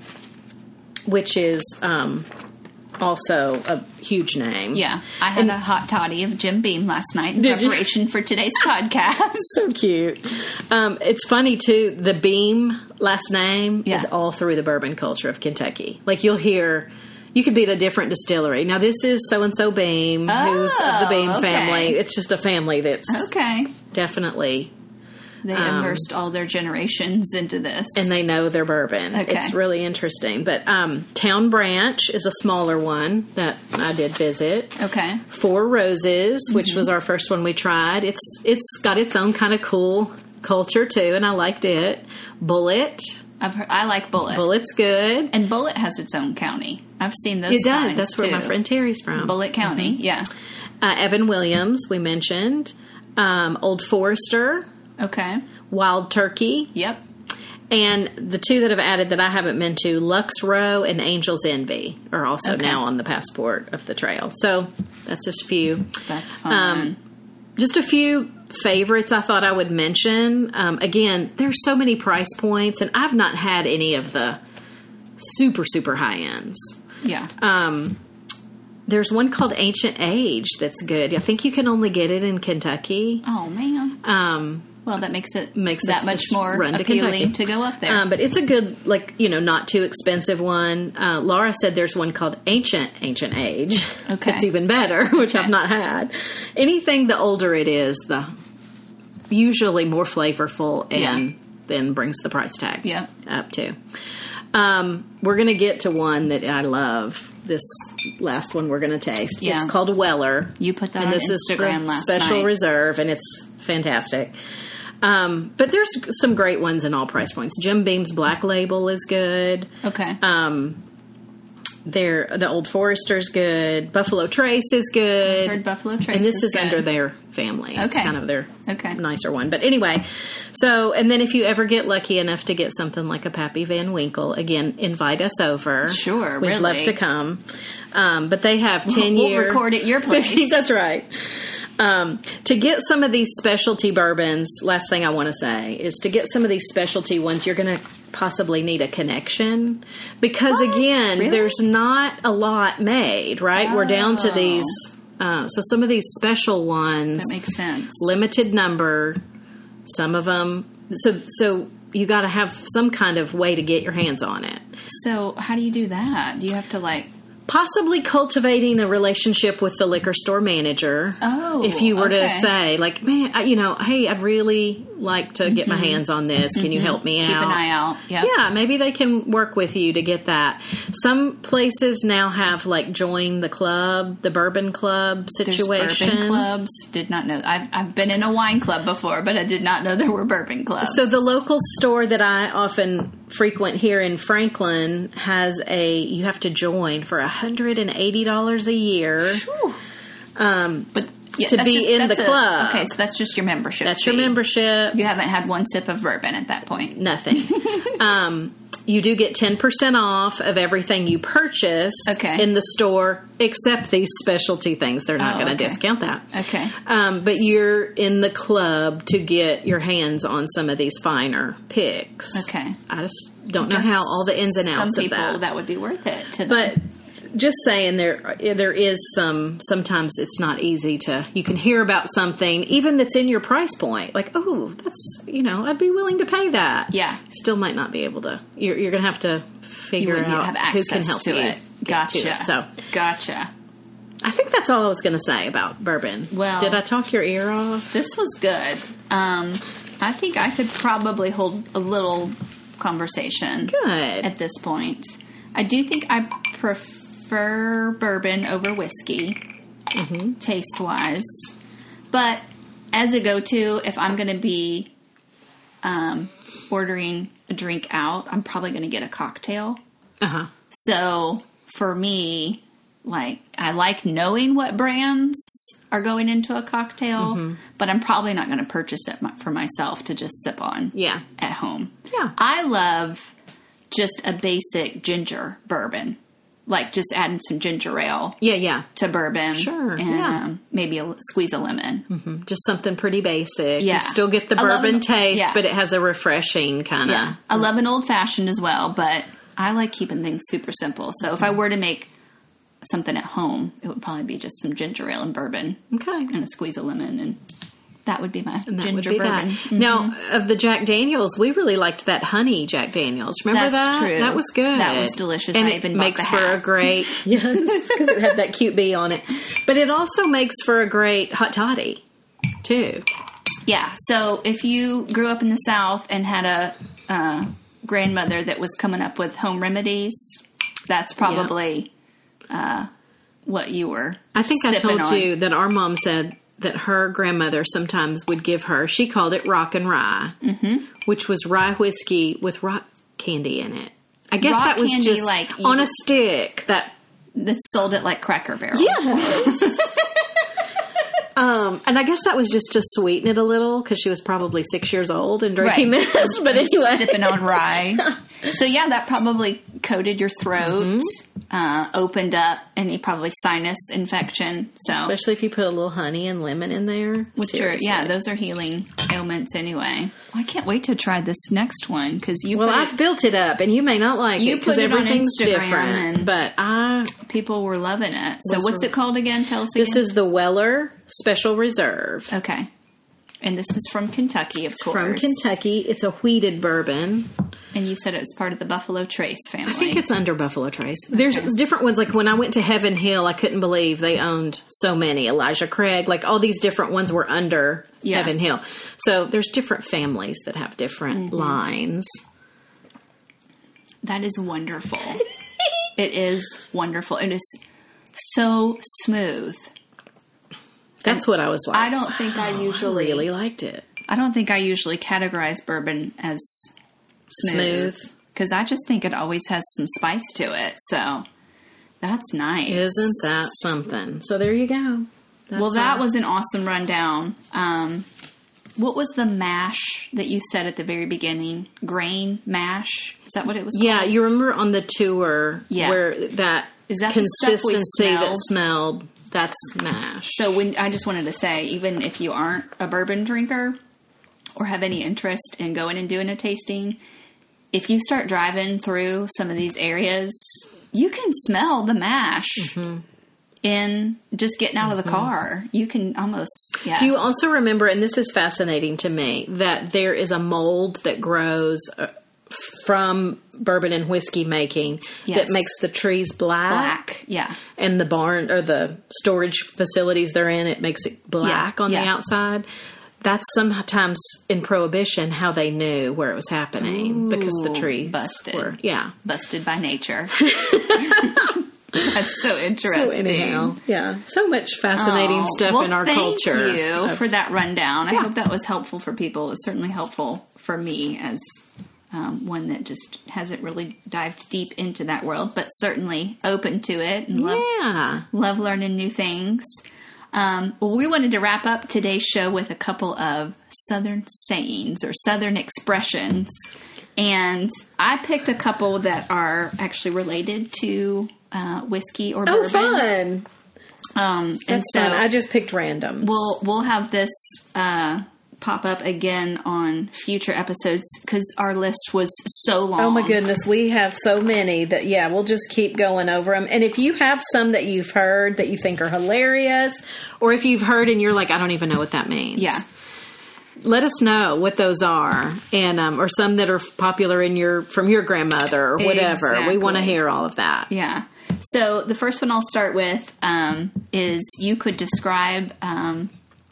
which is um, also a huge name. Yeah, I had a hot toddy of Jim Beam last night in Did you? preparation (laughs) for today's podcast. so (laughs) cute. Um, it's funny too. The Beam last name Yeah. is all through the bourbon culture of Kentucky. Like you'll hear, you could be at a different distillery. Now this is so and so Beam, who's of the Oh, Beam okay. Oh. family. It's just a family that's Okay. definitely, They immersed all their generations into this. Um, and they know their bourbon. Okay. It's really interesting. But um, Town Branch is a smaller one that I did visit. okay. Four Roses, which Mm-hmm. was our first one we tried. It's it's got its own kind of cool culture too, and I liked it. Bullet, I've heard, I like Bullet. Bullet's good. And Bullet has its own county. I've seen those It does. signs, That's where too. my friend Terry's from. Bullet County. Yeah. Uh, Evan Williams, we mentioned. Um, Old Forester, Okay. Wild Turkey, Yep. and the two that I've added that I haven't been to, Lux Row and Angel's Envy, are also Okay. now on the passport of the trail. So that's just a few. That's fun. Um, just a few favorites I thought I would mention. Um, again, there's so many price points, and I've not had any of the super super high ends. yeah. uh, Um, There's one called Ancient Age that's good. I think you can only get it in Kentucky. oh man. Um, Well, that makes it makes that us much just more run to appealing Kentucky. to, go up there. um, but it's a good, like you know, not too expensive one. Uh, Laura said there's one called Ancient Ancient Age. Okay. it's even better, (laughs) which I've Okay. not had. Anything the older it is, the usually more flavorful and Yeah. then brings the price tag Yep. up too. Um, we're gonna get to one that I love. This last one we're gonna taste. Yeah. It's called Weller you put that and on this Instagram is for last special night. reserve and it's fantastic Um, but there's some great ones in all price points. Jim Beam's Black Label is good. Okay. Um, there, the Old Forester's good. Buffalo Trace is good. Heard Buffalo Trace and this is is, good. under their family. It's Okay. kind of their Okay. nicer one. But anyway, so and then if you ever get lucky enough to get something like a Pappy Van Winkle, again, invite us over. Sure, we'd really. love to come. Um, but they have 10 (laughs) We'll year record at your place. (laughs) That's right. Um, to get some of these specialty bourbons, last thing I want to say is to get some of these specialty ones, you're going to possibly need a connection because What? again, Really? there's not a lot made. Right, we're down to Oh. these. Uh, so some of these special ones, that makes sense. limited number. Some of them, so so you got to have some kind of way to get your hands on it. So how do you do that? Do you have to like? possibly cultivating a relationship with the liquor store manager. Oh, if you were to okay. say like, man, I, you know, hey, I'd really like to get my hands on this. Can you help me out? Mm-hmm. Keep an eye out. Yeah. Yeah, maybe they can work with you to get that. Some places now have like join the club, the bourbon club There's situation. bourbon clubs. Did not know. I've, I've been in a wine club before, but I did not know there were bourbon clubs. So the local store that I often frequent here in Franklin has a you have to join for hundred and eighty dollars a year. Um, but yeah, to that's be just- in the that's a- club. Okay, so that's just your membership. that's your fee. membership. You haven't had one sip of bourbon at that point. (laughs) nothing. um, you do get 10% off of everything you purchase Okay. in the store, except these specialty things. They're not Oh, going to okay. discount that. Okay. Um, but you're in the club to get your hands on some of these finer picks. Okay. I just don't know how all the ins and outs Some of people that. would be worth it. To them. But just saying there there is some sometimes it's not easy to you can hear about something even that's in your price point like oh that's you know I'd be willing to pay that Yeah. still might not be able to you're, you're gonna have to figure wouldn't out have who access can help to you it. get to Gotcha. it. so gotcha. I think that's all I was gonna say about bourbon Well- did I talk your ear off This was good. Um, I think I could probably hold a little conversation good at this point. I do think I prefer bourbon over whiskey, taste wise. But as a go to, if I'm going to be um, ordering a drink out, I'm probably going to get a cocktail. uh huh So for me, like I like knowing what brands are going into a cocktail, Mm-hmm. but I'm probably not going to purchase it mu- for myself to just sip on yeah at home. Yeah. I love just a basic ginger bourbon, like just adding some ginger ale yeah yeah to bourbon, Sure, and yeah. Mm-hmm. um, maybe a, l- squeeze a lemon. just something pretty basic Yeah. you still get the I love bourbon an- taste yeah. but it has a refreshing kind of Yeah. I love an old fashioned as well, but I like keeping things super simple. So Mm-hmm. if I were to make something at home, it would probably be just some ginger ale and bourbon okay and a squeeze of lemon, and that would be my And that ginger would be bourbon. Mm-hmm. that. Now, of the Jack Daniels, we really liked that honey Jack Daniels. Remember That's that? true. That was good. That was delicious. And I it even bought makes the for hat. a (laughs) great yes, because it had that cute bee on it. But it also makes for a great hot toddy too. Yeah. So if you grew up in the South and had a uh, grandmother that was coming up with home remedies, that's probably uh, what you were. I think I sipping told on. you that our mom said that her grandmother sometimes would give her. She called it rock and rye, mm-hmm. which was rye whiskey with rock candy in it. I guess Rock that was candy, just like you- on a stick. That that sold it like Cracker Barrel. (laughs) um, and I guess that was just to sweeten it a little because she was probably six years old and drinking Right. this. But anyway, sipping (laughs) on rye. So yeah, that probably coated your throat, Mm-hmm. uh, opened up any probably sinus infection. So especially if you put a little honey and lemon in there, which are, Seriously. yeah, those are healing ailments anyway. I can't wait to try this next one because you Well, put it- I've built it up, and you may not like You it because put it on everything's Instagram different. and- but I people were loving it. So Was what's re- it called again? Tell us this again. is the Weller Special Reserve. okay, and this is from Kentucky, of course, From Kentucky, it's a wheated bourbon. And you said it was part of the Buffalo Trace family. I think it's under Buffalo Trace. There's different ones. Like when I went to Heaven Hill, I couldn't believe they owned so many. Elijah Craig, like all these different ones were under Yeah. Heaven Hill. So there's different families that have different Mm-hmm. lines. That (laughs) is wonderful. it is wonderful. It is so smooth. That's what I was like. I don't think I usually really liked it. I don't think I usually categorize bourbon as smooth because I just think it always has some spice to it. So that's nice. Isn't that something? So there you go. That's well, that all. was an awesome rundown. Um, what was the mash that you said at the very beginning? Grain mash? Is that what it was? Called? Yeah, you remember on the tour Yeah. where that, Is that the stuff we consistency that smelled? smelled that's mash. So when I just wanted to say, even if you aren't a bourbon drinker or have any interest in going and doing a tasting, if you start driving through some of these areas, you can smell the mash Mm-hmm. in just getting out of the car. You can almost yeah. Do you also remember, and this is fascinating to me, that there is a mold that grows uh, from bourbon and whiskey making Yes. that makes the trees black, black? Yeah. and the barn or the storage facilities they're in, it makes it black on the yeah. outside. That's sometimes in Prohibition how they knew where it was happening because the Ooh, trees busted. were, yeah. Busted by (laughs) nature. (laughs) That's so interesting. So anyhow, yeah, so much fascinating Oh, stuff well, in our thank culture. you of- for that rundown. I hope that was helpful for people. It was certainly helpful for me as um, one that just hasn't really dived deep into that world, but certainly open to it and love, yeah. love learning new things. Um, well, we wanted to wrap up today's show with a couple of Southern sayings or Southern expressions. And I picked a couple that are actually related to uh, whiskey or Oh, bourbon. fun. Um, and That's so fun. I just picked random. we'll we'll have this uh, pop up again on future episodes because our list was so long. Oh my goodness, we have so many that yeah, we'll just keep going over them. And if you have some that you've heard that you think are hilarious, or if you've heard and you're like, I don't even know what that means, Yeah, let us know what those are, and um, or some that are popular in your from your grandmother or whatever. We want to Exactly. hear all of that. yeah. So the first one I'll start with um, is you could describe um,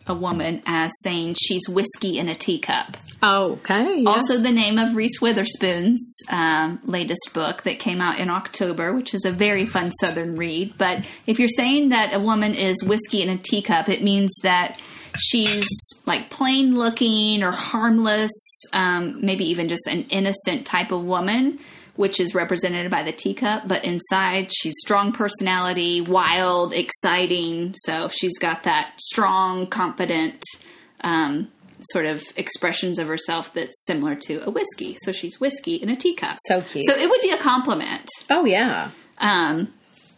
a woman as saying she's whiskey in a teacup. Okay. yes. Also, the name of Reese Witherspoon's um, latest book that came out in October, which is a very fun Southern read. But if you're saying that a woman is whiskey in a teacup, it means that she's like plain looking or harmless, um, maybe even just an innocent type of woman. Which is represented by the teacup, but inside she's strong personality, wild, exciting. So she's got that strong, confident, um, sort of expressions of herself that's similar to a whiskey. So she's whiskey in a teacup. So cute. So it would be a compliment. oh yeah, Um,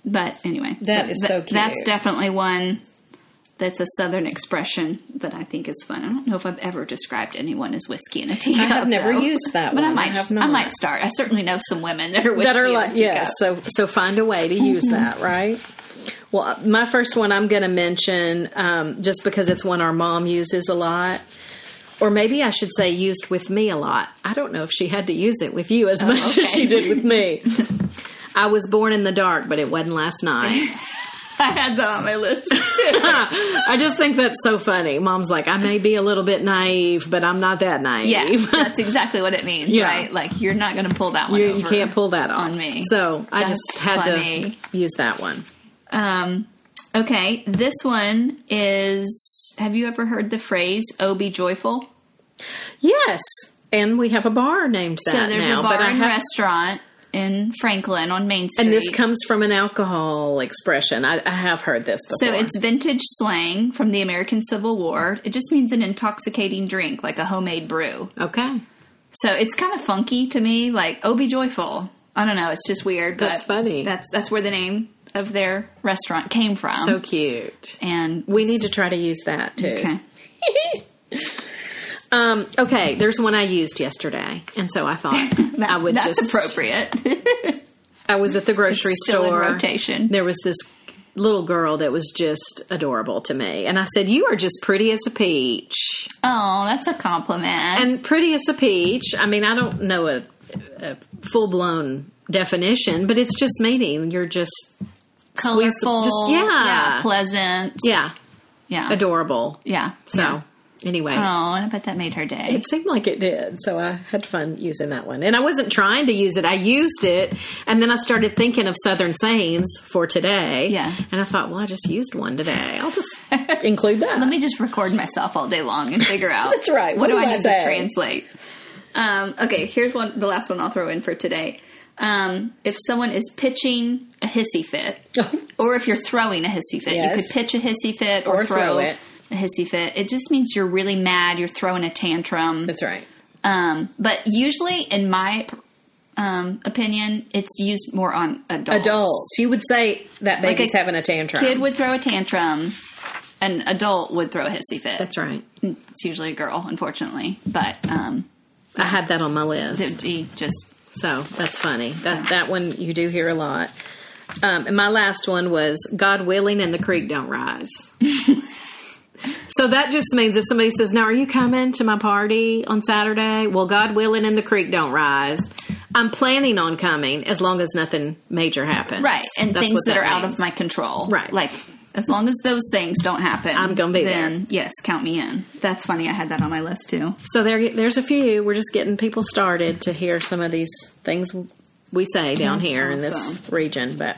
but anyway, That is so cute. That's definitely one that's a southern expression that I think is fun. I don't know if I've ever described anyone as whiskey in a teacup. have never though. used that one. but I I might. have I not. might start. I certainly know some women that are whiskey that are in a like teacup. yeah. So so find a way to (laughs) use that right. Well, uh, my first one I'm going to mention um, just because it's one our mom uses a lot, or maybe I should say used with me a lot. I don't know if she had to use it with you as much Oh, okay. as she did with (laughs) me. I was born in the dark, but it wasn't last night. (laughs) I had that on my list too. (laughs) I just think that's so funny. Mom's like, I may be a little bit naive, but I'm not that naive. yeah, that's exactly what it means, Yeah. right? Like you're not going to pull that (laughs) one. you, you over can't pull that off. on me. So I That's just had funny. to use that one. Um, okay, this one is. Have you ever heard the phrase "Oh, be joyful"? Yes, and we have a bar named that. So there's now, a bar but I and have- restaurant in Franklin on Main Street, and this comes from an alcohol expression. I, I have heard this so before. it's vintage slang from the American Civil War. It just means an intoxicating drink, like a homemade brew. okay. So it's kind of funky to me, like "Oh, be joyful." I don't know. It's just weird. That's but funny. That's that's where the name of their restaurant came from. So cute. and We need to try to use that too. okay. Um, okay. There's one I used yesterday, and so I (laughs) thought I would. that's just, appropriate. (laughs) I was at the grocery Still in store. rotation. There was this little girl that was just adorable to me, and I said, "You are just pretty as a peach." Oh, that's a compliment. and pretty as a peach. I mean, I don't know a, a full blown definition, but it's just meaning you're just colorful, just- yeah. pleasant, yeah yeah, adorable. yeah. So yeah. Anyway, Oh, and I bet that made her day. it seemed like it did. So I had fun using that one. And I wasn't trying to use it. I used it. And then I started thinking of Southern Sayings for today. Yeah. And I thought, well, I just used one today. I'll just (laughs) include that. Let me just record myself all day long and figure out. (laughs) That's right. What, What do, do I I need say? to translate? Um, okay, here's one. The last one I'll throw in for today. Um, if someone is pitching a (laughs) hissy fit, or if you're throwing a hissy fit, you Yes. could pitch a hissy fit or, Or throw it. a hissy fit. It just means you're really mad. You're throwing a tantrum. That's right. Um, but usually, in my um, opinion, it's used more on adults. Adults. You would say that Like a baby's having a tantrum. Kid would throw a tantrum. An adult would throw a hissy fit. That's right. It's usually a girl, unfortunately, but um, I had that on my list. it'd be just So that's funny. That that one you do hear a lot. Um, and my last one was God willing and the creek don't (laughs) rise. so that just means if somebody says, "Now are you coming to my party on Saturday?" Well, God willing and the creek don't rise. I'm planning on coming as long as nothing major happens. right, and That's things what that, are out of means. my control, Right. Like as long as those things don't happen, I'm gonna be there. then, Yes, count me in. That's funny. I had that on my list too. So there, there's a few. We're just getting people started to hear some of these things we say down here in Mm-hmm. Awesome. this region, but.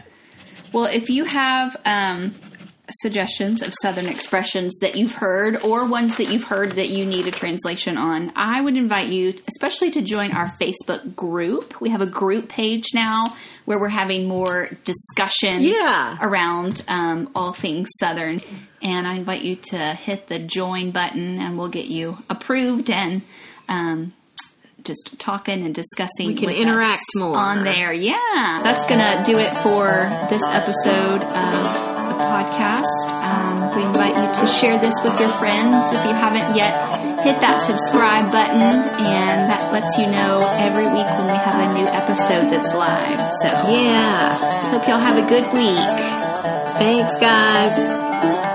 Well, if you have um, suggestions of Southern expressions that you've heard or ones that you've heard that you need a translation on, I would invite you, especially to join our Facebook group. We have a group page now where we're having more discussion Yeah. around um, all things Southern. And I invite you to hit the join button and we'll get you approved and. Um, just talking and discussing. We can interact more. on there. Yeah, that's gonna do it for this episode of the podcast. Um, we invite you to share this with your friends if you haven't yet. Hit that subscribe button, and that lets you know every week when we have a new episode that's live. So, Yeah. hope y'all have a good week. Thanks, guys.